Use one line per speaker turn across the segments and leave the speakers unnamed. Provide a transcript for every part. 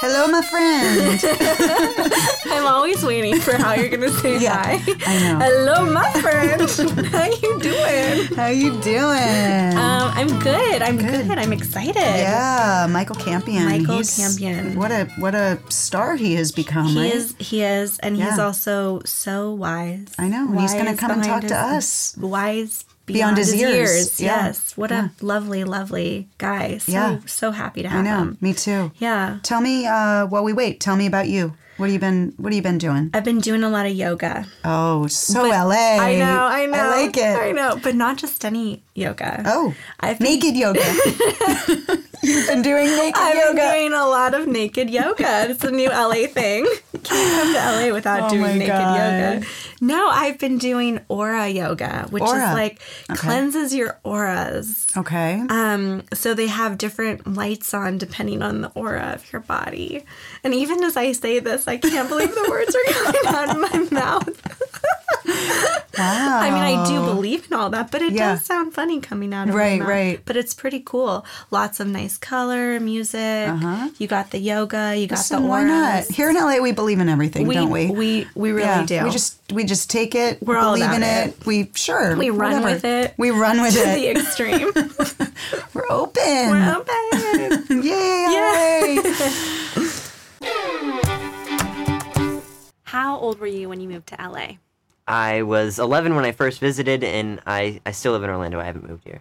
Hello, my friend.
I'm always waiting for how you're gonna say
Yeah,
hi.
I know.
Hello, my friend. how you doing?
How you doing?
Um, I'm good. I'm
Good.
good. I'm excited.
yeah, Michael Campion.
Michael Campion.
What a what a star he has become.
He
right?
is. He is, and he's
Yeah.
also so wise.
I know, and he's gonna
Wise
come and
behind
talk to
his-
us.
Wise.
Beyond his ears. Yeah.
Yes. What
Yeah.
a lovely, lovely guy. So,
Yeah.
so happy to
I
have
know.
him.
Me too.
Yeah.
Tell me uh, while we wait. Tell me about you. What have you been What have you been doing?
I've been doing a lot of yoga.
Oh, so LA.
I know, I know.
I like it.
I know, but not just any yoga.
Oh,
I've been-
naked yoga. You've been doing naked
I've
yoga.
been doing a lot of naked yoga. It's a new LA thing. Can't come to LA without
Oh my
doing naked
God.
yoga. No, I've been doing aura yoga, which
Aura.
is like cleanses your auras.
okay.
Um, so they have different lights on depending on the aura of your body. And even as I say this, I can't believe the words are coming out of my mouth.
wow.
I mean, I do believe in all that, but it
Oh. Yeah.
does sound funny coming out of my
Right,
mouth.
right.
But it's pretty cool. Lots of nice color, music. You got the yoga. You got
Uh-huh. So
the
why
auras.
not? Here in LA, we believe in everything,
We,
don't we?
we we really do.
We just we just take it.
We're all
believe
about
in it.
it.
We sure.
We run
whatever.
with it.
We run with
to the
it.
extreme. Oh,
We're open.
We're open.
Yay!
Yeah.
LA.
How old were you when you moved to LA?
I was 11 when I first visited, and I, I still live in Orlando. I haven't moved here.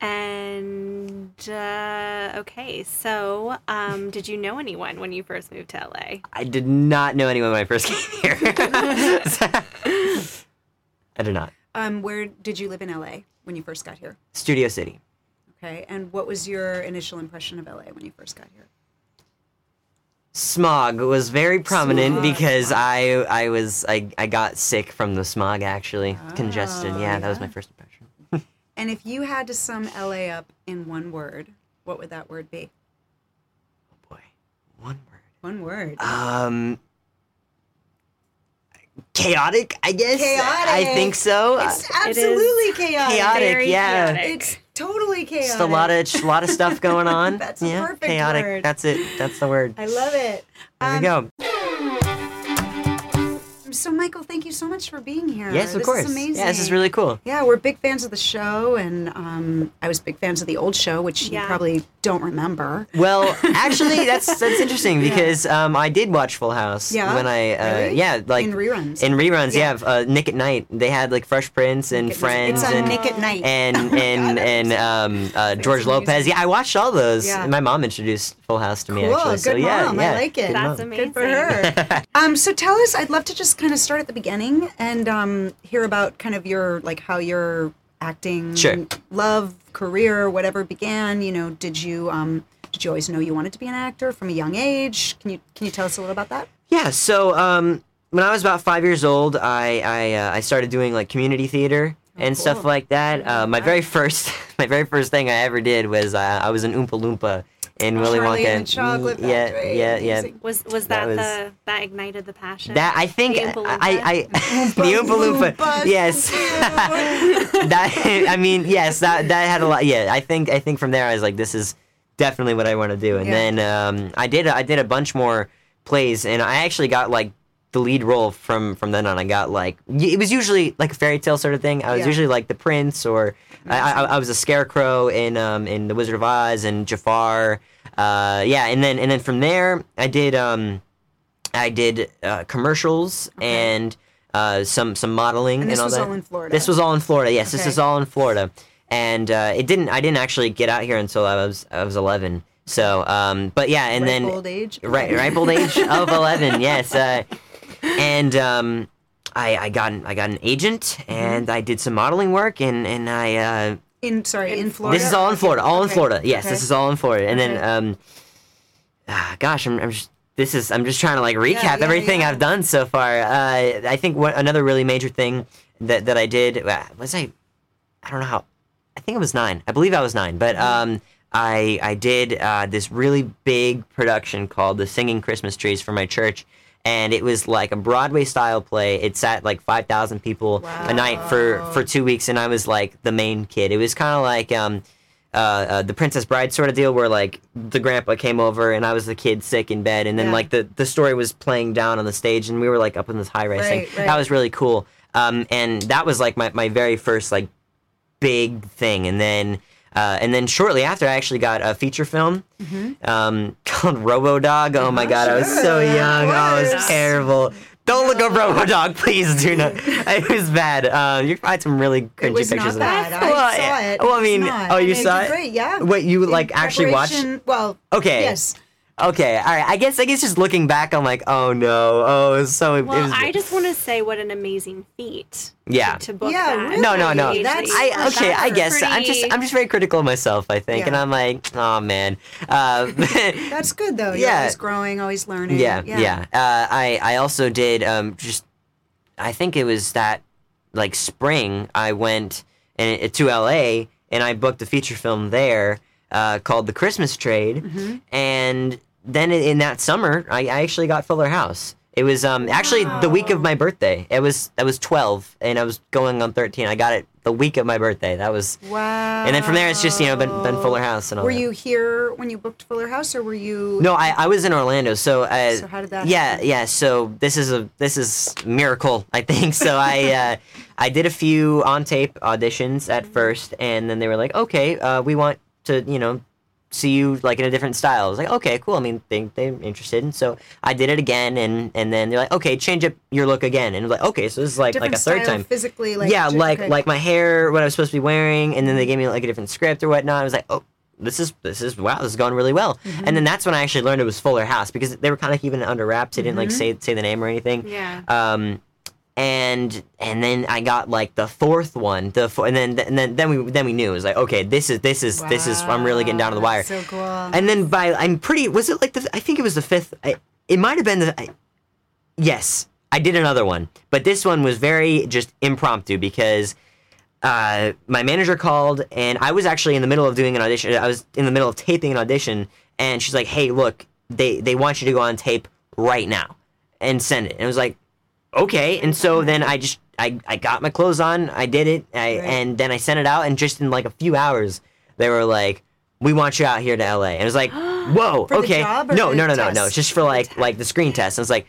And uh, okay, so um, did you know anyone when you first moved to LA?
I did not know anyone when I first came here. I did not.
Um, where did you live in LA when you first got here?
Studio City.
Okay, and what was your initial impression of LA when you first got here?
Smog was very prominent
Smog.
because I I was I, I got sick from the smog actually congestion. Yeah, that was my first impression. Oh,
And if you had to sum LA up in one word, what would that word be?
Oh boy, one word.
One word.
Uh,
Um, chaotic. I guess. I
Chaotic.
think so.
It's absolutely chaotic.
chaotic. Yeah.
It's totally chaotic.
Just a lot of just a lot of stuff going on.
That's a perfect
chaotic.
word.
That's it. That's the word.
I love it.
there
Um,
we go.
So, Michael, thank you so much for being here.
Yes, of
This
course.
Is amazing.
Yeah, this is really cool.
Yeah, we're big fans of the show, and um, I was big fans of the old show, which you
Yeah.
probably don't remember.
Well, actually, that's that's interesting because um, I did watch Full House
Yeah?
when I uh,
Really?
yeah like
In reruns.
in reruns yeah, of, uh, Nick at Night they had like Fresh Prince and
It was-
Friends
It's on
and
Nick at Night. Oh
and and and um, uh, George Lopez yeah I watched all those
Yeah.
my mom introduced Full House to me
Cool,
actually so
good
yeah,
mom, I
yeah
like it.
good
That's
mom.
amazing.
her. um, so tell us. I'd love to just kind of start at the beginning and um, hear about kind of your like how your acting,
Sure.
love, career, whatever began. You know, did you um, did you always know you wanted to be an actor from a young age? Can you can you tell us a little about that?
Yeah. So um, when I was about five years old, I I, uh, I started doing like community theater
Oh,
and stuff like that. Uh, my very first my very first thing I ever did was uh, I was an Oompa Loompa in Willy
Oh, Charlie
Wonka.
and the Chocolate
yeah,
Factory.
yeah, yeah.
Amazing. uh,
Was was
That
that,
was-
the that ignited the passion?
That I think
The Oompa
I, I the Oompa Loompa.
Loompas.
Yes. that I mean yes that that had a lot. Yeah, I think I think from there I was like this is definitely what I want to do. And
Yeah.
then um, I did I did a bunch more plays, and I actually got like the lead role from from then on. I got like y- it was usually like a fairy tale sort of thing. I was
Yeah.
usually like the prince, or I, I, I was a scarecrow in um, in the Wizard of Oz and Jafar. Uh, yeah, and then and then from there I did. Um, I did uh, commercials and uh, some some modeling and,
And this
all
was
that.
all in Florida?
This was all in Florida. Yes, this
Okay.
is all in Florida. And uh, it didn't. I didn't actually get out here until I was I was eleven. So, um, but yeah, and
Ripe
then
old age.
right, ripe old age of eleven. Yes, uh, and um, I, I got an, I got an agent, and
Mm-hmm.
I did some modeling work, and and I uh,
In sorry, in Florida.
this is all in Florida. All in
Okay.
Florida. Yes,
Okay.
this is all in Florida. And then, um, ah, gosh, I'm, I'm just this is I'm just trying to like recap
yeah,
everything
yeah.
I've done so far. Uh, I think what another really major thing that that I did uh, was I, I don't know how, I think it was nine. I believe I was nine, but
Mm-hmm.
um. I, I did uh, this really big production called The Singing Christmas Trees for my church. And it was like a Broadway style play. It sat like 5,000 people a night for, for two weeks. And I was like the main kid. It was kind of like um, uh, uh, the Princess Bride sort of deal, where like the grandpa came over and I was the kid sick in bed, and then
Yeah.
like the the story was playing down on the stage, and we were like up in this high rise thing.
Right, right.
That was really cool. Um, and that was like my, my very first like big thing, and then uh, and then shortly after, I actually got a feature film
Mm-hmm.
um, called Robo Dog. Oh my god, I was so young. Oh, it was
course.
terrible. Don't look up Robo Dog, please do not. It was bad. Uh, you can find some really cringy
It was
pictures
not
of
bad. I
Well,
saw
yeah.
it.
Well, I
It's
mean,
not.
oh,
I
you
mean, it
saw
was
it?
Great, yeah.
What, you, like, actually watched-
preparation- Well,
Okay.
Yes.
Okay, all right. I guess I guess just looking back, I'm like, oh no, oh it's so. it
Well,
was-
I just want to say what an amazing feat.
Yeah.
To book
Yeah,
that.
really.
no, no, no.
Usually
That's-
I
that's
okay. I guess I'm just
pretty-
I'm just very critical of myself. I think, and
Yeah.
I'm like, oh man. Uh,
That's good though. You're
Yeah.
always growing, always learning.
yeah, yeah. Uh, I I also did um just I think it was that like spring I went and to L.A. and I booked a feature film there uh, called The Christmas Trade,
Mm-hmm.
and then i- in that summer I, I actually got Fuller House. It was um actually the week of my birthday. It was I was 12 and I was going on 13. I got it the week of my birthday. That was
Wow.
and then from there it's just you know been, been Fuller House and all.
Were
that.
you here when you booked Fuller House, or were you?
No, I, I was in Orlando. So, uh,
So how did that
Yeah, yeah. So this is a this is miracle, I think. So I uh, I did a few on tape auditions at
Mm-hmm.
first, and then they were like, okay, uh, we want to you know see you like in a different style. I was like, okay, cool. I mean, they they're interested, and so I did it again, and and then they're like, okay, change up your look again, and I'm like, okay, so this is like
different
like a third
style
time
physically. Like
yeah,
di-
like
okay.
like my hair, what I was supposed to be wearing, and then they gave me like a different script or whatnot. I was like, oh, this is this is wow, this is going really well. And then that's when I actually learned it was Fuller House because they were kind of keeping it under wraps. They didn't like say say the name or anything.
Yeah.
Um, and and then I got like the fourth one, the four, and then and then then we then we knew it was like okay, this is this is this is I'm really getting down to the wire.
So cool.
And then by I'm pretty was it like the I think it was the fifth. I, it might have been the. I, yes, I did another one, but this one was very just impromptu because uh, my manager called and I was actually in the middle of doing an audition. I was in the middle of taping an audition, and she's like, "Hey, look, they they want you to go on tape right now and send it." And I was like, "Okay." And so then I just I, I got my clothes on, I did it, I, and then I sent it out, and just in like a few hours, they were like. We want you out here to LA, and it was like, "Whoa,
the
okay,
job or
no,
the
no, no, no, no,
test?
just for like like the screen test." And I was like,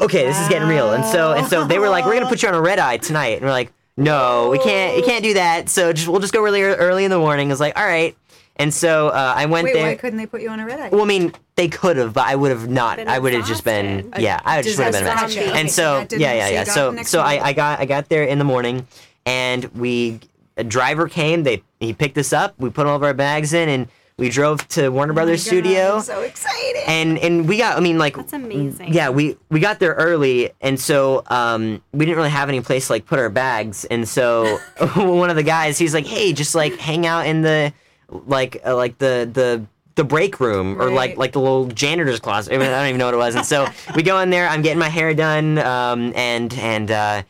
okay, this is getting real. And so and so they were like, we're gonna put you on a red eye tonight, and we're like, no, we can't, we can't do that. So just we'll just go really ear- early in the morning. It's like, all right. And so uh, I went
Wait,
there.
why couldn't they put you on a red eye?
well, I mean, they could have, but I would have not.
Been
I would have just been,
exhausted.
yeah, I just would have been.
Disaster
upset.
zombie. Okay,
And
so
so,
that didn't-
yeah,
so
yeah,
you
yeah.
got the
So
next
so I,
morning.
I got I got there in the morning, and we a driver came. They he picked us up. We put all of our bags in, and we drove to Warner
Oh
Brothers Studio
So exciting.
and and we got i mean like
That's amazing.
yeah we we got there early and so um we didn't really have any place to like put our bags and so one of the guys he's like hey just like hang out in the like uh, like the the the break room or like
Right.
like the little janitor's closet I, mean, I don't even know what it was and so we go in there i'm getting my hair done um and and uh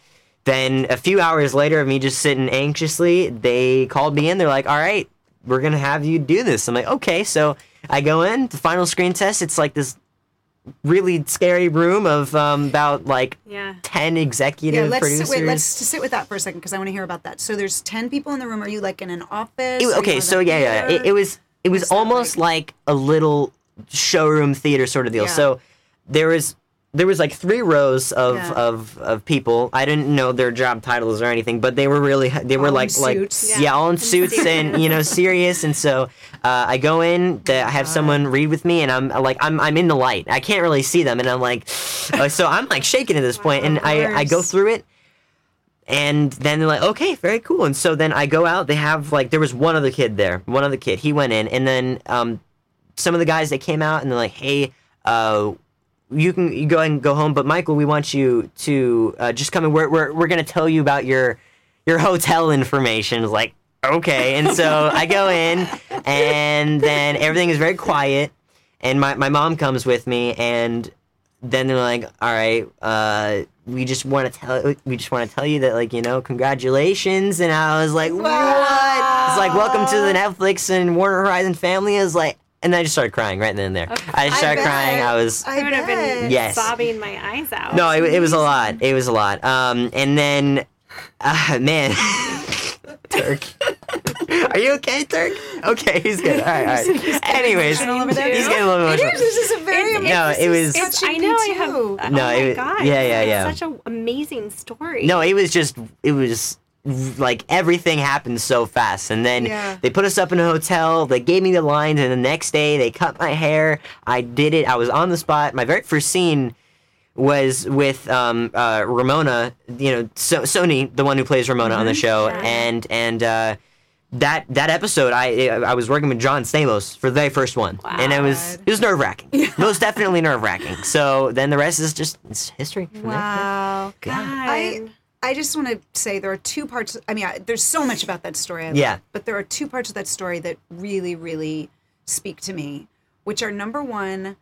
then a few hours later of me just sitting anxiously, they called me in. They're like, "All right, we're gonna have you do this." I'm like, "Okay." So I go in. The final screen test. It's like this really scary room of um, about like
Yeah.
ten executive
yeah, let's
producers.
sit, wait. Let's just sit with that for a second because I want to hear about that. So there's ten people in the room. Are you like in an office? Are
It-
you on
okay,
the
so yeah, yeah, it, it
theater?
was it was
What's that
almost like? a little showroom theater sort of deal.
Yeah.
So there was there was like three rows of,
Yeah.
of of people. I didn't know their job titles or anything, but they were really they were
All in
like like
suits.
yeah. all in suits and you know serious. And so uh, I go in, the, I have someone read with me, and I'm uh, like I'm I'm in the light. I can't really see them, and I'm like uh, so I'm like shaking at this point, and I I go
course.
through it. And then they're like, okay, very cool. And so then I go out. They have like there was one other kid there, one other kid. He went in, and then um, some of the guys that came out and they're like, hey, uh, you can you go ahead and go home, but Michael, we want you to uh, just come and we're we're we're gonna tell you about your your hotel information. It's like okay, and so I go in, and then everything is very quiet, and my my mom comes with me, and then they're like, all right, uh, we just want to tell we just want to tell you that like you know congratulations, and I was like what? It's like welcome to the Netflix and Warner Horizon family is like. And then I just started crying right then and there. I just started
bet.
crying. I was
I
I would have been
bet.
Yes.
sobbing my eyes out.
no, it, it was a lot. It was a lot. Um, and then, uh, man, Turk, Are you okay, Turk? Okay, he's good. All right, all right. Anyways, he's getting a little
bit
emotional.
This is a very
It's-
No, it was.
It's,
touching
I know I
me
have.
too.
Oh
No,
my
it-
God.
yeah, yeah, yeah.
Such an amazing story.
No, it was just it was like everything happened so fast. And then
Yeah.
they put us up in a hotel. They gave me the lines, and the next day they cut my hair. I did it. I was on the spot. My very first scene was with um, uh, Ramona. You know, so- Sony, the one who plays Ramona on the
Mm-hmm.
show, and and. Uh, that that episode, I I was working with John Stamos for the very first one, and it was it was nerve wracking, most definitely nerve wracking. So then the rest is just it's history. from there. Oh,
Wow. God.
I, I just want to say there are two parts. I mean, I, there's so much about that story. I love,
Yeah.
But there are two parts of that story that really, really speak to me, which are number one,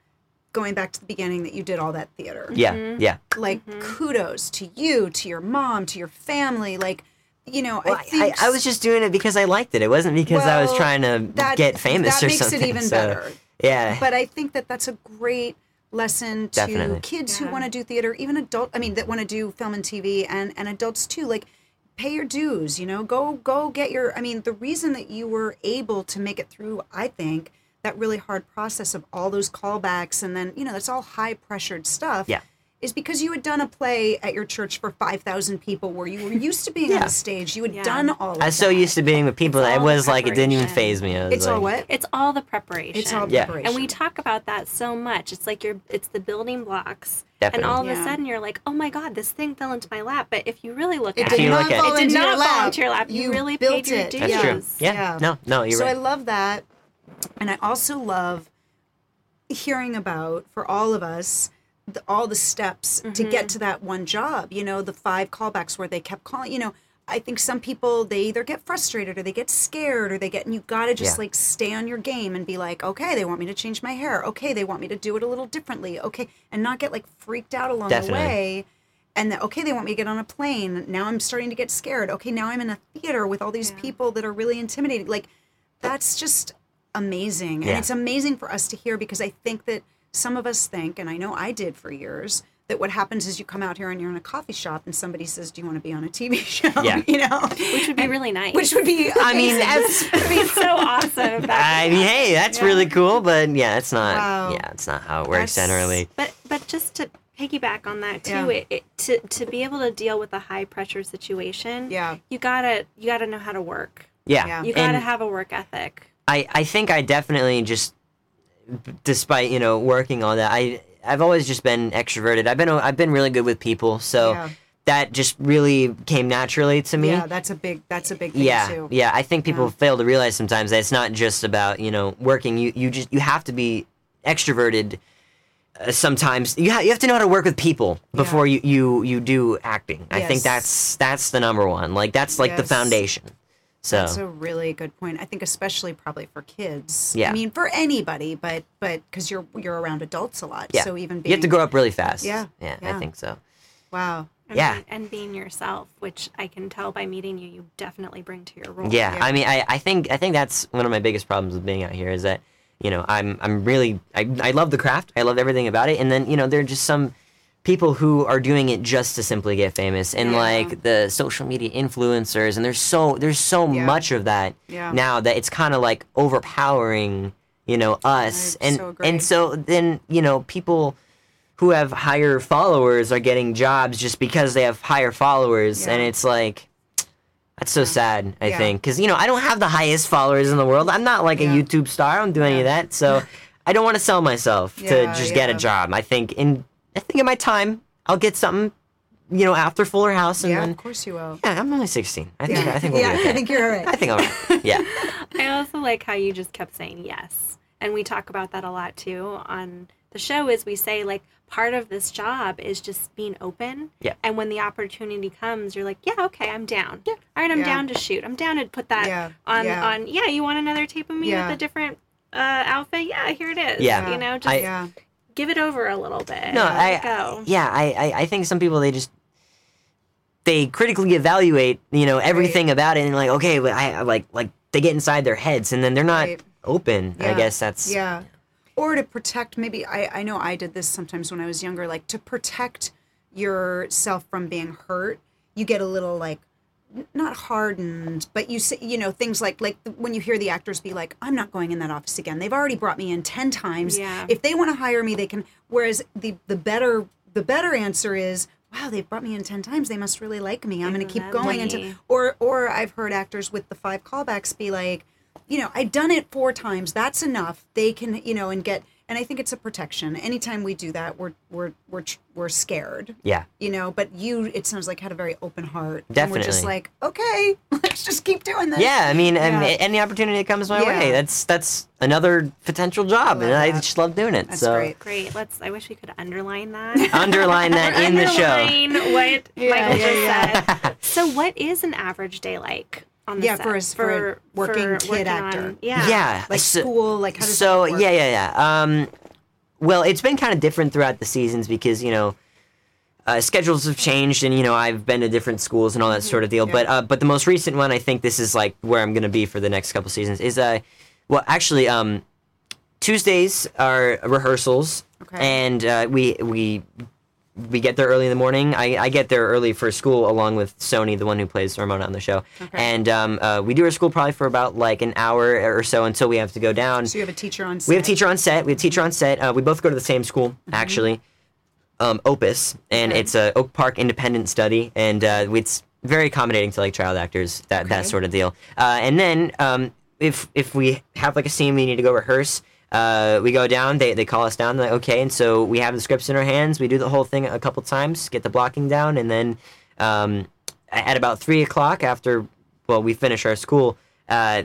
going back to the beginning that you did all that theater.
Yeah, yeah.
Like,
Mm-hmm.
kudos to you, to your mom, to your family. Like, you know, I
Well, I,
think
I, I was just doing it because I liked it. It wasn't because I was
Well,
trying to
that-
get famous
that
or
makes it
something.
even
so,
better.
Yeah.
but I think that that's a great lesson to
Definitely.
kids who want to do theater, even adult. I mean, that want to do film and TV, and and adults too. Like, pay your dues. You know, go go get your. I mean, the reason that you were able to make it through, I think, that really hard process of all those callbacks, and then you know, that's all high pressured stuff.
Yeah.
Is because you had done a play at your church for five thousand people, where you were used to being on
Yeah.
a stage. You had
Yeah.
done all. Of
I was so
that.
used to being with people that it
all
was like it didn't even
preparation.
phase me. I was
It's
like,
all what?
It's all the preparation.
It's all
Yeah.
preparation.
And we talk about that so much. It's like you're it's the building blocks.
Definitely.
And all of a
Yeah.
sudden you're like, "Oh my god, this thing fell into my lap." But if you really look
It
at
did
you
it,
not
look at-
fall
It did
into
not
your
fall
lap.
into your lap. You really paid
built
your
it.
dues.
That's true.
Yes.
Yeah.
Yeah.
No, no, you're
so
right.
I love that. And I also love hearing about for all of us the, all the steps to
Mm-hmm.
get to that one job. You know, the five callbacks where they kept calling. You know, I think some people they either get frustrated or they get scared or they get and you got to just
Yeah.
like stay on your game and be like, "Okay, they want me to change my hair. Okay, they want me to do it a little differently. Okay." And not get like freaked out along
Definitely.
the way. And then, okay, they want me to get on a plane. Now I'm starting to get scared. Okay, now I'm in a theater with all these people that are really intimidating. Like, that's just amazing.
Yeah.
And it's amazing for us to hear because I think that some of us think, and I know I did for years, that what happens is you come out here and you're in a coffee shop and somebody says, Do you want to be on a TV show?
Yeah.
you know?
Which would be really nice.
Which would be, I mean, that's
would be so awesome. That-
I mean, hey, that's really cool, but yeah, it's not.
Wow.
Yeah, it's not how it works
That's-
generally.
But but just to piggyback on that too,
Yeah.
it, it to to be able to deal with a high pressure situation,
Yeah.
you gotta you gotta know how to work.
Yeah.
Yeah.
You gotta
And-
have a work ethic.
I, I think I definitely just, despite you know working on that, I I've always just been extroverted. I've been I've been really good with people, so
Yeah.
that just really came naturally to me.
yeah, that's a big, that's a big thing
yeah,
too.
yeah. I think people fail to realize sometimes that it's not just about you know working. You you just you have to be extroverted. Uh, sometimes you ha- you have to know how to work with people before you you you do acting. I think
Yes.
that's that's the number one. Like that's like the
Yes.
foundation. So
That's a really good point. I think especially probably for kids.
Yeah.
I mean for anybody, but but because you're you're around adults a lot.
yeah,
So even being
you have to grow up really fast.
Yeah,
yeah, I
yeah.
think so.
Wow.
And
Yeah.
be- and being yourself, which I can tell by meeting you, you definitely bring to your role.
Yeah, I mean, I, I think I think that's one of my biggest problems with being out here is that you know I'm I'm really I, I love the craft, I love everything about it, and then you know there are just some people who are doing it just to simply get famous, and like the social media influencers, and there's so there's so
Yeah.
much of that
Yeah.
now that it's kind of like overpowering you know us,
I
and
so agree.
and so then you know people who have higher followers are getting jobs just because they have higher followers,
Yeah.
and it's like. That's so sad, I
Yeah.
think. Because, you know, I don't have the highest followers in the world. I'm not like a YouTube star. I don't do any of that. So I don't want to sell myself to
Yeah,
just get a
yeah.
job. I think in I think in my time, I'll get something, you know, after Fuller House. And
Yeah, of
then,
course you will.
yeah, I'm only 16. I think, I think we'll
yeah,
be okay.
I think you're all right.
I think I'll Yeah.
I also like how you just kept saying yes. And we talk about that a lot too on the show is we say like part of this job is just being open.
Yeah.
And when the opportunity comes, you're like, Yeah, okay, I'm down. Yeah. All right, I'm
Yeah.
down to shoot. I'm down to put that
Yeah.
on
Yeah.
on yeah, you want another tape of me
Yeah.
with a different uh, outfit? Yeah, here it is.
Yeah.
You know, just
I-
yeah.
give it over a little bit.
No,
Let
I
it go.
yeah, I, I I think some people they just they critically evaluate you know everything about it and like okay, but I I like like they get inside their heads and then they're not
Right.
open. I
Yeah.
guess that's
Yeah. Or to protect, maybe I, I know I did this sometimes when I was younger, like to protect yourself from being hurt, you get a little like not hardened, but you say, you know, things like like when you hear the actors be like, "I'm not going in that office again. They've already brought me in ten times.
Yeah.
If they want to hire me, they can." Whereas the the better the better answer is, "Wow, they've brought me in ten times. They must really like me. I'm
They
going to keep
love
going."
me.
Until, or or I've heard actors with the five callbacks be like, "You know, I've done it four times. That's enough. They can, you know, and get." And I think it's a protection. Anytime we do that, we're we're we're tr- we're scared
Yeah.
you know but you it sounds like had a very open heart and we're just
Definitely.
like okay let's just keep doing this
Yeah, I mean, and
Yeah.
any opportunity that comes my
Yeah.
way, that's that's another potential job, and I
that.
just love doing it.
that's
so
great
Great. Let's. I wish we could underline that.
underline that in the show.
Underline what Michael
yeah,
just
yeah.
said. So, what is an average day like on the
Yeah,
set
for a- for a working kid actor.
on- yeah.
Yeah,
like
so-
school like how does
so
that work?
yeah yeah yeah um well it's been kind of different throughout the seasons because you know uh, schedules have changed and you know i've been to different schools and all that
Mm-hmm.
sort of deal but uh but the most recent one i think this is like where i'm gonna be for the next couple seasons is uh well actually um tuesdays are rehearsals
Okay.
and uh, we we we get there early in the morning. I, I get there early for school along with Sony, the one who plays Ramona on the show. And um, uh, we do our school probably for about like an hour or so until we have to go down.
so you have a teacher on set.
We have teacher on set. We have teacher on set. Uh, we both go to the same school, actually, um, Opus, and it's a Oak Park Independent Study, and uh, it's very accommodating to like child actors, that that sort of deal. Uh, and then um, if if we have like a scene we need to go rehearse. Uh, we go down. They, they call us down. They're like, okay, and so we have the scripts in our hands. We do the whole thing a couple times, get the blocking down, and then um, at about three o'clock after well we finish our school, uh,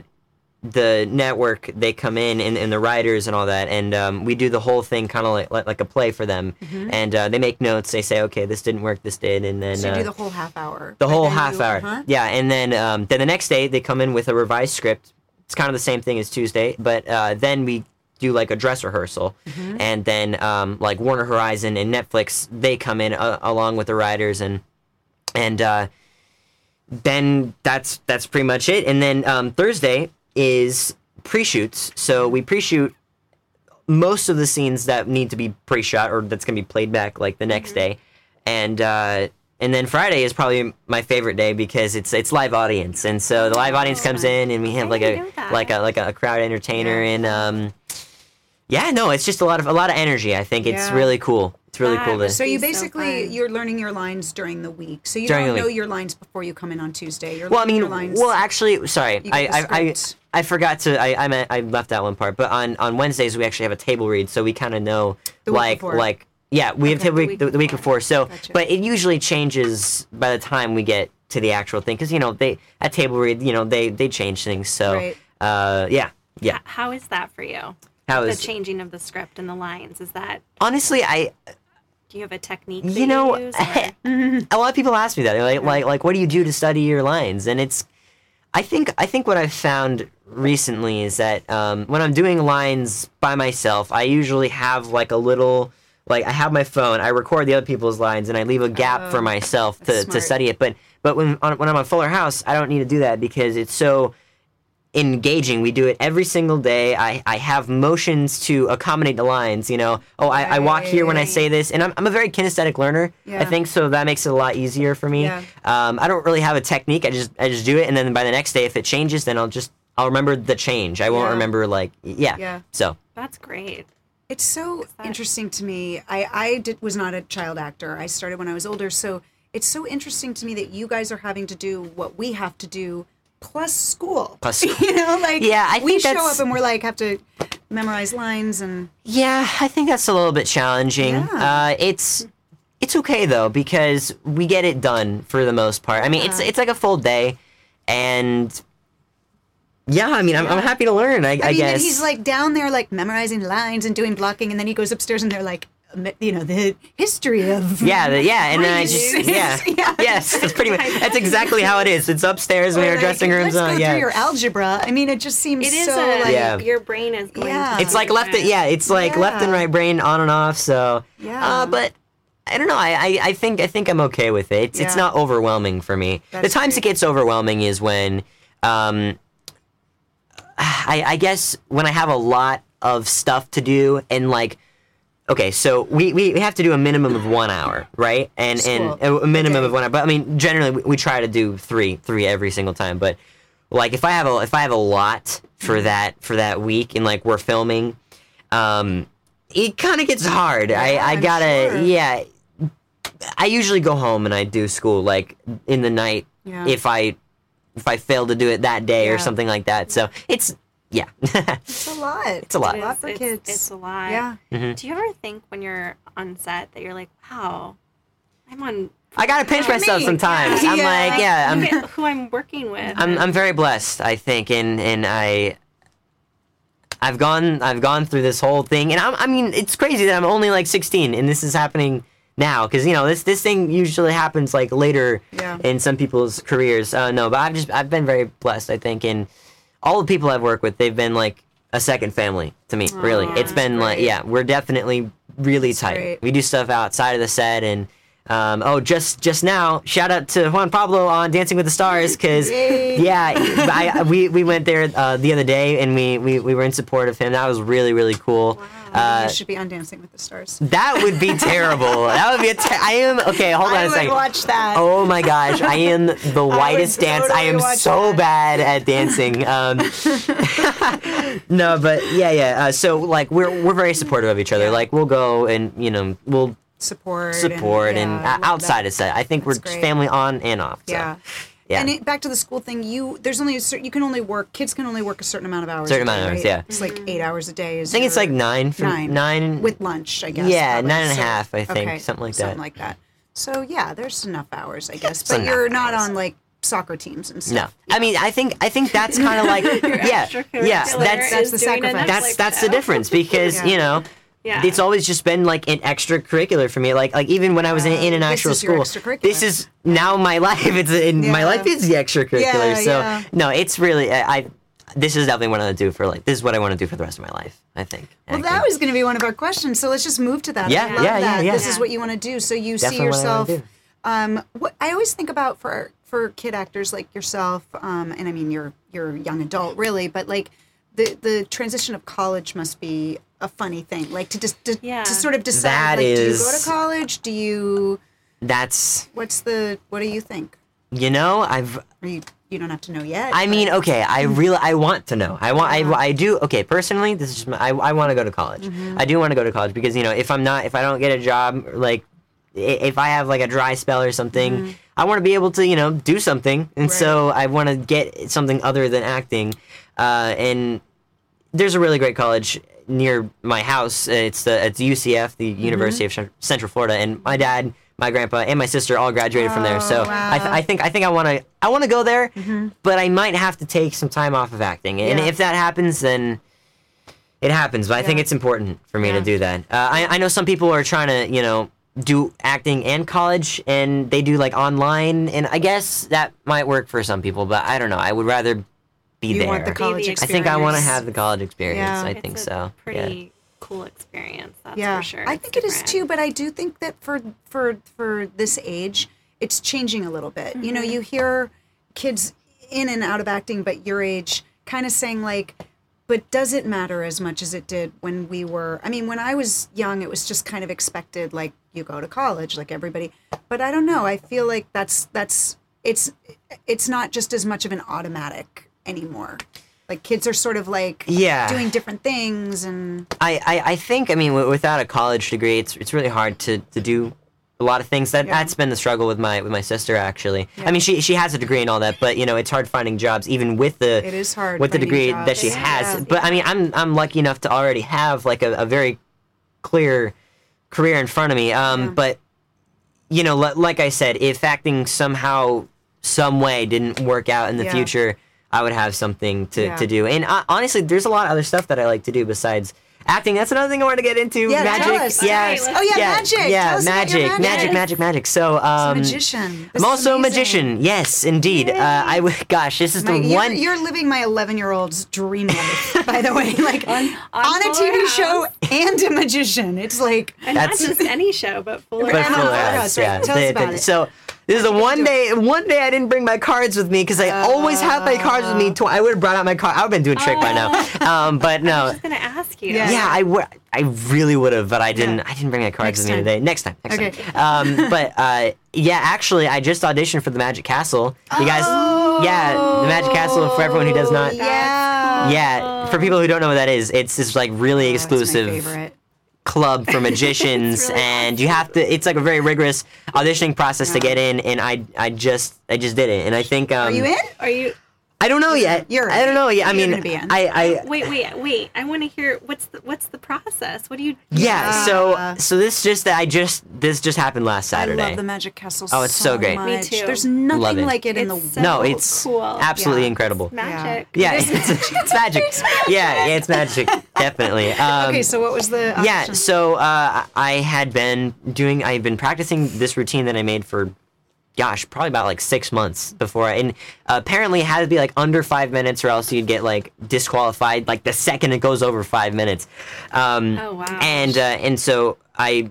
the network they come in and, and the writers and all that and um, we do the whole thing kind of like, like like a play for them and uh, they make notes they say okay this didn't work this did and then
Mm-hmm. so you
uh,
do the whole half hour
the
but
whole
then
half
you-
hour
uh-huh.
yeah and then um, then the next day they come in with a revised script it's kind of the same thing as tuesday but uh, then we do like a dress rehearsal
Mm-hmm.
and then um, like warner horizon and netflix they come in uh, along with the writers and and uh, then that's that's pretty much it. And then um, Thursday is pre-shoots, so we pre-shoot most of the scenes that need to be pre-shot or that's gonna be played back like the
Mm-hmm.
next day, and uh, and then Friday is probably my favorite day because it's it's live audience, and so the live audience comes in and we have
Oh, I
like
didn't
a
know that.
like a like a crowd entertainer and um, yeah, no, it's just a lot of a lot of energy. I think it's
Yeah.
really cool. It's really
That
cool. To,
was
so you
Be so
basically
fun.
you're learning your lines during the week so you
During
don't
the
know
week.
your lines before you come in on tuesday you're
Well, I
learning
mean,
your lines
well, actually, sorry,
You
I,
get the
I, I,
script.
I forgot to, I, I, meant, I left that one part. But on, on Wednesdays we actually have a table read, so we kind of know,
week
like,
before.
like, yeah, we have
Okay,
table
the
read
week
the, the week
before.
before. So,
Gotcha.
but it usually changes by the time we get to the actual thing, because you know they at table read, you know they they change things. So,
Right.
uh, yeah, yeah.
How is that for you?
How
The
is
changing of the script and the lines. Is that
honestly, I
do you have a technique? that
you know, mm-hmm.
use,
a
or-
lot of people ask me that. They're like, like, like, what do you do to study your lines? And it's, I think, I think what I've found recently is that um, when I'm doing lines by myself, I usually have like a little, like, I have my phone, I record the other people's lines, and I leave a gap for myself to,
that's
to
smart.
study it. But, but when on, when I'm on Fuller House, I don't need to do that because it's so engaging. We do it every single day. I, I have motions to accommodate the lines, you know. Oh, I, I walk here when I say this. And I'm, I'm a very kinesthetic learner, I
Yeah.
think, so that makes it a lot easier for me.
Yeah.
Um, I don't really have a technique. I just I just do it and then by the next day if it changes then I'll just I'll remember the change. I won't
Yeah.
remember like yeah.
Yeah.
So
That's great.
It's so interesting to me. I I did, was not a child actor. I started when I was older, so it's so interesting to me that you guys are having to do what we have to do plus school.
Plus
you know, like
Yeah, I
we
think
show
that's-
up and we're like have to memorize lines and
Yeah, I think that's a little bit challenging.
Yeah.
Uh, it's it's okay though because we get it done for the most part. I mean, it's it's like a full day, and yeah, I mean, I'm, I'm happy to learn. I, I,
I, mean, and
guess
he's like down there like memorizing lines and doing blocking, and then he goes upstairs and they're like, um, you know, the history of
yeah, the, yeah, and then I just
Please.
yeah,
Yeah.
yes, that's pretty much that's exactly how it is. It's upstairs in
Or,
our
like,
dressing rooms.
Let's go
uh,
through
yeah,
your algebra. I mean, it just seems
It is
so
a,
like
Yeah.
your brain is going.
Yeah.
To
it's like left it
different-
yeah it's like left and
Yeah.
right brain on and off so
Yeah.
uh, but i don't know I, I i think i think i'm okay with it it's, it's
Yeah.
not overwhelming for me the
That's
times
great.
it gets overwhelming is when um i i guess when i have a lot of stuff to do and like okay, so we, we have to do a minimum of one hour, right? And and
School.
a minimum
Okay.
of one hour. But I mean, generally we, we try to do three three every single time. But like if I have a if I have a lot
Mm-hmm.
for that for that week and like we're filming, um, it kind of gets hard.
Yeah,
I I
I'm
gotta
sure.
yeah. I usually go home and I do school like in the night
Yeah.
if I if I fail to do it that day
Yeah.
or something like that. So it's yeah.
It's a lot.
It's a lot.
A lot for
it's,
kids.
It's a lot.
yeah.
Mm-hmm.
Do you ever think when you're on set that you're like, wow, I'm on
I gotta pinch
Me.
myself sometimes. I'm
Yeah.
like, yeah, I'm
look at who I'm working with.
I'm I'm very blessed, I think, and and I I've gone I've gone through this whole thing, and I'm, I mean it's crazy that I'm only like 16, and this is happening now because you know this this thing usually happens like later
Yeah.
in some people's careers. Uh, no, but I've just I've been very blessed, I think, and all the people I've worked with, they've been like a second family to me. really,
Aw,
it's been like
great.
yeah, we're definitely really tight.
great.
We do stuff outside of the set and. Um, oh, just just now, shout out to Juan Pablo on Dancing with the Stars because
Yay.
yeah, I, we we went there uh, the other day and we, we we were in support of him. That was really really cool.
I
Uh,
should be on Dancing with the Stars.
that would be terrible. That would be a ter- I am okay. Hold on
I
a
would
second.
watch that.
Oh my gosh, I am the whitest dance. I
totally
am
watch
so
that.
bad at dancing. Um, no, but yeah, yeah. Uh, so like we're we're very supportive of each other. Like we'll go and you know we'll
Support.
support and,
yeah, I love
uh, outside
that.
of set. I think we're
That's great.
family on and off. so,
Yeah.
yeah.
And it, back to the school thing, you there's only a certain you can only work kids can only work a certain amount of hours.
Certain
a
amount of
day,
hours,
right?
yeah.
It's like eight hours a day. Is
I think it's like nine for
nine.
nine
with lunch, I guess.
Yeah,
probably.
nine and a
So-
half, I think,
okay,
something like that.
Something like that. So yeah, there's enough hours, I guess.
Some
But you're
enough
not
hours.
on like soccer teams and
No,
stuff.
I mean, I think I think that's kind of like yeah, yeah.
Extracurricular
That's
that's
is
the
doing a
sacrifice.
that's
Netflix
that's the
show.
difference because
Yeah.
you know.
Yeah.
It's always just been like an extracurricular for me. Like like even when I was in, in an
This
actual
is your
school,
extracurricular.
this is now my life. It's in my
Yeah.
life is the extracurricular.
Yeah,
so
yeah.
no, it's really I, I. This is definitely what I want to do for like. This is what I want to do for the rest of my life. I think.
Well,
acting.
that was going to be one of our questions, so let's just move to that. I
Yeah,
love
yeah, yeah,
that.
yeah.
This is
Yeah.
what you want to do. So you see
Definitely what I wanna
yourself.
do.
um, what I always think about for for kid actors like yourself, um, and I mean you're you're a young adult really, but like the the transition of college must be a funny thing. Like to just to,
Yeah.
to sort of decide.
That
like, do you go
is-
to college? Do you?
That's
What's the? What do you think?
you know I've
Or you you don't have to know yet.
I mean, okay, I really, I want to know. I want, I, I do. Okay, personally, this is just my, I, I want to go to college. I do want to go to college because you know, if I'm not, if I don't get a job, like, i- if I have like a dry spell or something, I want to be able to, you know, do something. And so I want to get something other than acting. Uh, and there's a really great college near my house. Uh, It's the it's UCF, the
Mm-hmm.
University of Cent- Central Florida, and my dad, my grandpa, and my sister all graduated from there.
Oh,
So I, th- I think I think I want to I want to go there, but I might have to take some time off of acting. And
Mm-hmm. Yeah.
if that happens, then it happens. But I think it's important for me to do that. Uh, I I know some people are trying to you know do acting and college and they do like online and I guess that might work for some people but I don't know I would rather be
you
there
want the college
the
experience.
I think I want to
experience.
have the college experience.
Yeah.
I
It's
think
a
so.
Pretty
Yeah.
cool experience. That's
yeah,
for sure.
I
It's
think it is
different.
too. But I do think that for for for this age, it's changing a little bit. You know,
Mm-hmm.
you hear kids in and out of acting, but your age kind of saying like, "But does it matter as much as it did when we were?" I mean, when I was young, it was just kind of expected, like you go to college, like everybody. But I don't know. I feel like that's that's it's it's not just as much of an automatic anymore. Like kids are sort of like
Yeah.
doing different things and
I, I, I think I mean w- without a college degree, it's it's really hard to, to do a lot of things. That that's been the struggle with my with my sister actually. I mean she she has a degree and all that, but you know it's hard finding jobs even with the
It is hard
with the
finding
degree that
jobs.
she
Yeah.
has. But I mean I'm I'm lucky enough to already have like a, a very clear career in front of me. Um, but you know, li- like I said, if acting somehow, some way didn't work out in the
Yeah.
future, I would have something to,
Yeah.
to do. And uh, honestly, there's a lot of other stuff that I like to do besides acting. That's another thing I want to get into.
Yeah,
magic.
tell us.
Yeah.
Alright,
Oh yeah, magic.
Yeah,
Tell us about
magic,
your
magic, magic, magic, So, um,
magician. This
I'm
is
also a
amazing.
magician. Yes, indeed. Uh, I w- gosh, this is
My-
the
you're,
one.
you're living my 11 year old's dream life, by the way. Like on, a
Fuller
TV
House.
show and a magician. It's like
And
That's-
not just any show, but Fuller
But
Grandma
Fuller
Fuller
House,
House, right?
yeah.
Tell us
They-
about
they-
it.
So this is the one day. One day I didn't bring my cards with me because I
Uh.
always have my cards with me. Tw- I would have brought out my card. I've been doing trick by now. Um, but no,
I was gonna ask mosquito.
Yeah.
Yeah, I wou- I really would have, but I didn't.
Yeah.
I didn't bring my
Next
cards with me
time.
today. Next time. Next
Okay.
time. Um, but uh, yeah, actually, I just auditioned for the Magic Castle. You guys, yeah, the Magic Castle for everyone who does not.
Oh. Yeah.
Yeah, for people who don't know what that is, it's this like really exclusive
Oh, favorite.
club for magicians,
really
and you have to. It's like a very rigorous auditioning process to get in, and I I just I just did it, and I think um,
Are you in?
Are you?
I don't know yet.
You're-
I don't know yet. I
you're
mean,
gonna be in.
I I
Wait, wait, wait! I want to hear what's the what's the process? What do you?
Yeah.
yeah. So so this just I just this just happened last Saturday.
I love the Magic Castle.
Oh, it's so great.
Me
much.
too.
There's nothing
Love it.
like it in the
It's
world.
so-
no,
Oh,
it's
cool.
absolutely
Yeah.
incredible.
magic.
Yeah, it's, it's magic. Yeah, yeah, it's magic. Definitely. Um,
okay, so what was the audition?
yeah, so uh, I had been doing, I've been practicing this routine that I made for, gosh, probably about like six months before. I, and apparently it had to be like under five minutes or else you'd get like disqualified like the second it goes over five minutes. Um,
Oh, wow.
And, uh, and so I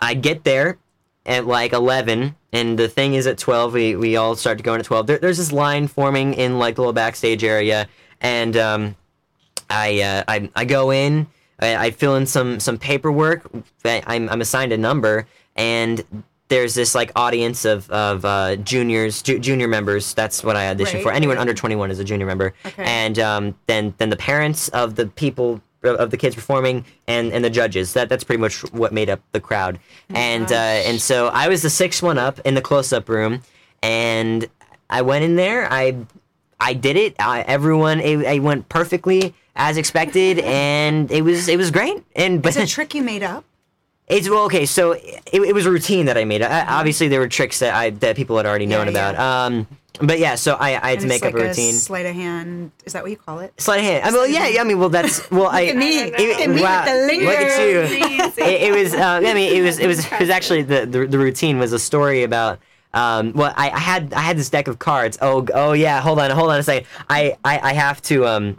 I get there at like 11, and the thing is at 12, we, we all start to go in at 12. There, there's this line forming in like the little backstage area, and um, I, uh, I I go in, I, I fill in some some paperwork. I- I'm, I'm assigned a number, and there's this like audience of, of uh, juniors, ju- junior members. That's what I auditioned
Right,
for. Anyone
right.
under 21 is a junior member,
Okay.
and um, then then the parents of the people uh, of the kids performing and, and the judges. That that's pretty much what made up the crowd.
Oh
and uh, and so I was the sixth one up in the close up room, and I went in there. I I did it. I, everyone it, it went perfectly as expected, and it was it was great. And but
It's a trick you made up.
it's well, okay. So it, it was a routine that I made. I, obviously, there were tricks that I that people had already known
Yeah, yeah.
about. Um, but yeah, so I, I
and
had to
it's
make
like
up a routine.
sleight of hand. Is that what you call it?
Sleight of hand. I mean, well, yeah, yeah. I mean, well, that's well. I,
at me.
it-
Look at
me
wow,
with the
look at
You're
you.
amazing.
It, it was. Uh, I mean, it was. It was. It was actually the, the the routine was a story about. Um, well, I, I had I had this deck of cards. Oh, g- oh yeah. Hold on, hold on a second. I I, I have to. Um,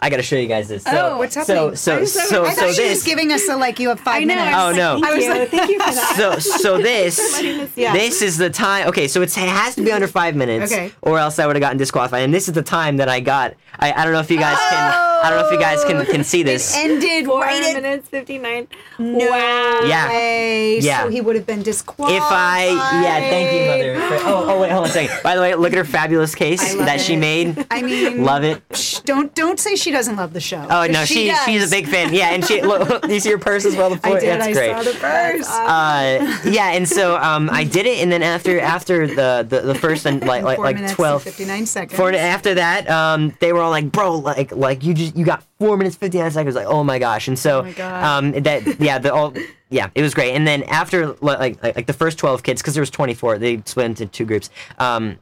I gotta show you guys this. So,
Oh, what's
So
happening?
so
I'm
so
sorry.
so,
I thought you were
this.
just giving us a like. You have five
I know.
minutes.
I was
Oh,
like,
no.
Thank you. Thank you for that.
so so this
Yeah.
this is the time okay so it's, it has to be under five minutes
Okay.
or else i would have gotten disqualified and this is the time that i got i, I don't know if you guys can i don't know if you guys can can see this
Ended
Four
right at
minutes fifty nine. wow.
yeah
way.
Yeah.
So he would have been disqualified.
If I, yeah, thank you, mother. For- oh, oh, wait, hold on a second. By the way, look at her fabulous case
I love
that she
it.
made.
I mean,
love it.
Shh, don't don't say she doesn't love the show.
Oh no, she, she's a big fan. Yeah, and she look, you see her purse as well. The
I
point-
did.
That's
I
great.
saw the first.
uh, yeah, and so um, I did it, and then after after the the, the first and like like
Four
like
minutes and
twelve
59 seconds.
Four, after that, um, they were all like, "Bro, like like you just you got four minutes fifty nine seconds." Like, oh my gosh! And so
my God.
um, that yeah, the all yeah, it was great. And then after li- like like, like the first twelve kids, because there was twenty four, they split into two groups. Um,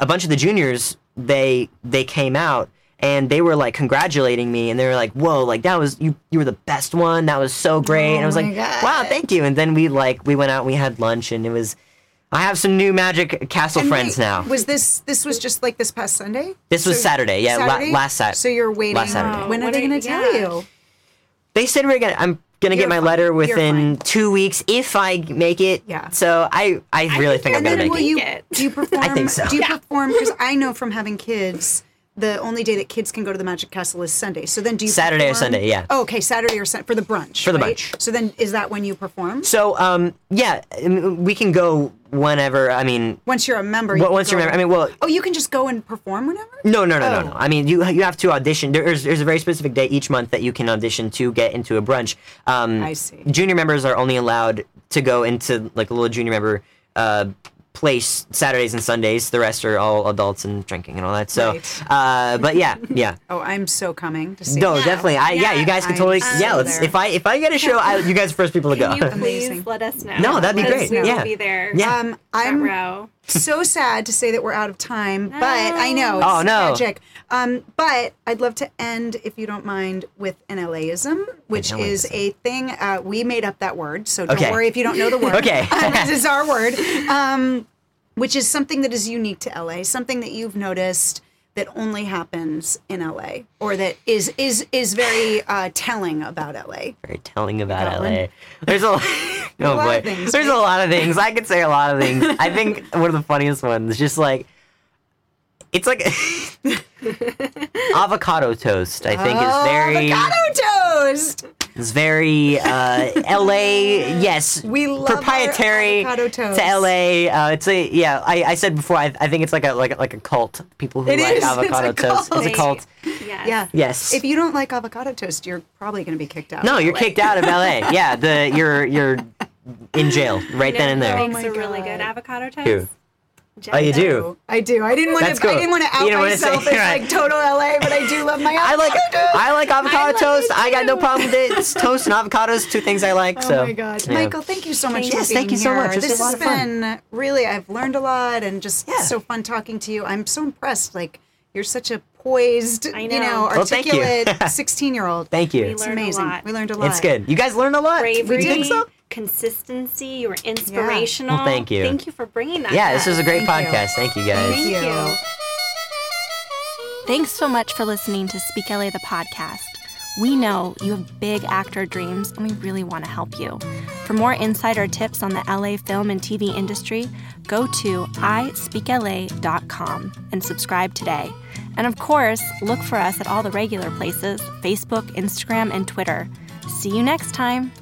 a bunch of the juniors they they came out and they were like congratulating me and they were like whoa like that was you you were the best one that was so great and i was
Oh my
like
God.
wow thank you and then we like we went out and we had lunch and it was i have some new magic castle
And
friends
wait,
now
Was this this was just like this past Sunday?
This was Saturday, yeah, la- last Sat-
So you're waiting.
last Saturday.
When are
What
they
are-
going to tell
yeah.
you?
they said we're gonna i'm gonna
You're
get my
fine.
letter
You're
within
fine.
two weeks if i make it
Yeah.
so i i really think, i'm
you're
And
gonna
then
make
will
it
you
it.
do you perform?
think so.
Do you perform? Because I know from having kids, the only day that kids can go to the Magic Castle is Sunday. So then, do you
Saturday or
perform-
Sunday, yeah.
Oh, okay, Saturday or Sunday for the brunch.
For the
right?
brunch.
So then, is that when you perform?
so um yeah I mean, we can go whenever i mean
Once you're a member.
wh-
can
once you
go-
remember i mean Mm. well
Oh, you can just go and perform whenever.
No, no, no, no,
Oh.
no. I mean, you you have to audition. There's there's a very specific day each month that you can audition to get into a brunch. Um,
I see.
Junior members are only allowed to go into like a little junior member uh, place Saturdays and Sundays. The rest are all adults and drinking and all that. So,
Right.
uh, but yeah, yeah.
Oh, I'm so coming to see.
No,
you.
definitely. I yeah, you guys can
I'm
totally
so
yeah. Let's,
there.
if I if I get a show, I, you guys are the first people to
Can you
go.
please
Amazing.
let us know?
No, that'd be
Because
great.
We
Yeah.
will be there.
Yeah.
Um,
Front
I'm
row.
so sad to say that we're out of time, but I know it's
No. Oh, no.
tragic. Um, but I'd love to end, if you don't mind, with an LAism, which
An
is a thing uh, we made up that word. So don't
Okay.
worry if you don't know the word. Uh,
Okay.
this is our word, um, which is something that is unique to LA, something that you've noticed that only happens in LA, or that is is is very uh, telling about LA.
very telling about
That
LA.
one.
There's a, oh
lot
boy.
of things,
There's a lot of things. I could say a lot of things. I think one of the funniest ones is just like it's like avocado toast. I think is very
Oh, Avocado toast.
It's very uh, L.A. Yes,
We love our
proprietary
avocado
to
toast.
L.A. Uh, it's a yeah. I, I said before. I, I think it's like a like a- like a cult. People who
It is.
like
It's a
avocado toast. It's a
They-
cult.
Yes.
Yeah.
Yes.
If you don't like avocado toast, you're probably going to be kicked out.
No, you're kicked out of L.A. Yeah, the you're you're in jail right
You know
then and
who
there.
Makes
Oh my
a really good
God.
avocado toast.
Who?
Jeff
Oh, you do?
does.
I do. I didn't want
That's
to.
cool.
I didn't want to out
You don't wanna say-
myself as
you're right.
like total LA, but I do love my
I
avocado
like
toast.
I like avocado
love it
toast. I got no
too.
problem with it. It's toast and avocados, two things I like.
Oh
so
my God,
yeah.
Michael! Thank you so much.
Thank
for
you.
being
Thank you so
here.
much. This
This
was a lot
has
of fun.
been really. I've learned a lot, and just
Yeah.
so fun talking to you. I'm so impressed. Like you're such a poised,
I
you
know.
know,
Well, thank you.
articulate 16 year old.
Thank you.
We
It's
learned a
amazing.
lot.
We learned a lot.
It's good. You guys learned a lot.
bravery,
You think so?
consistency. You were inspirational.
Well, thank you.
Thank you for bringing that.
Yeah, this was a great
Thank you.
podcast. Thank you guys.
Thank
Thank
you.
you.
Thanks so much for listening to Speak LA the podcast. We know you have big actor dreams and we really want to help you. For more insider tips on the LA film and TV industry, go to ispeakla.com and subscribe today. And of course, look for us at all the regular places Facebook, Instagram, and Twitter. See you next time.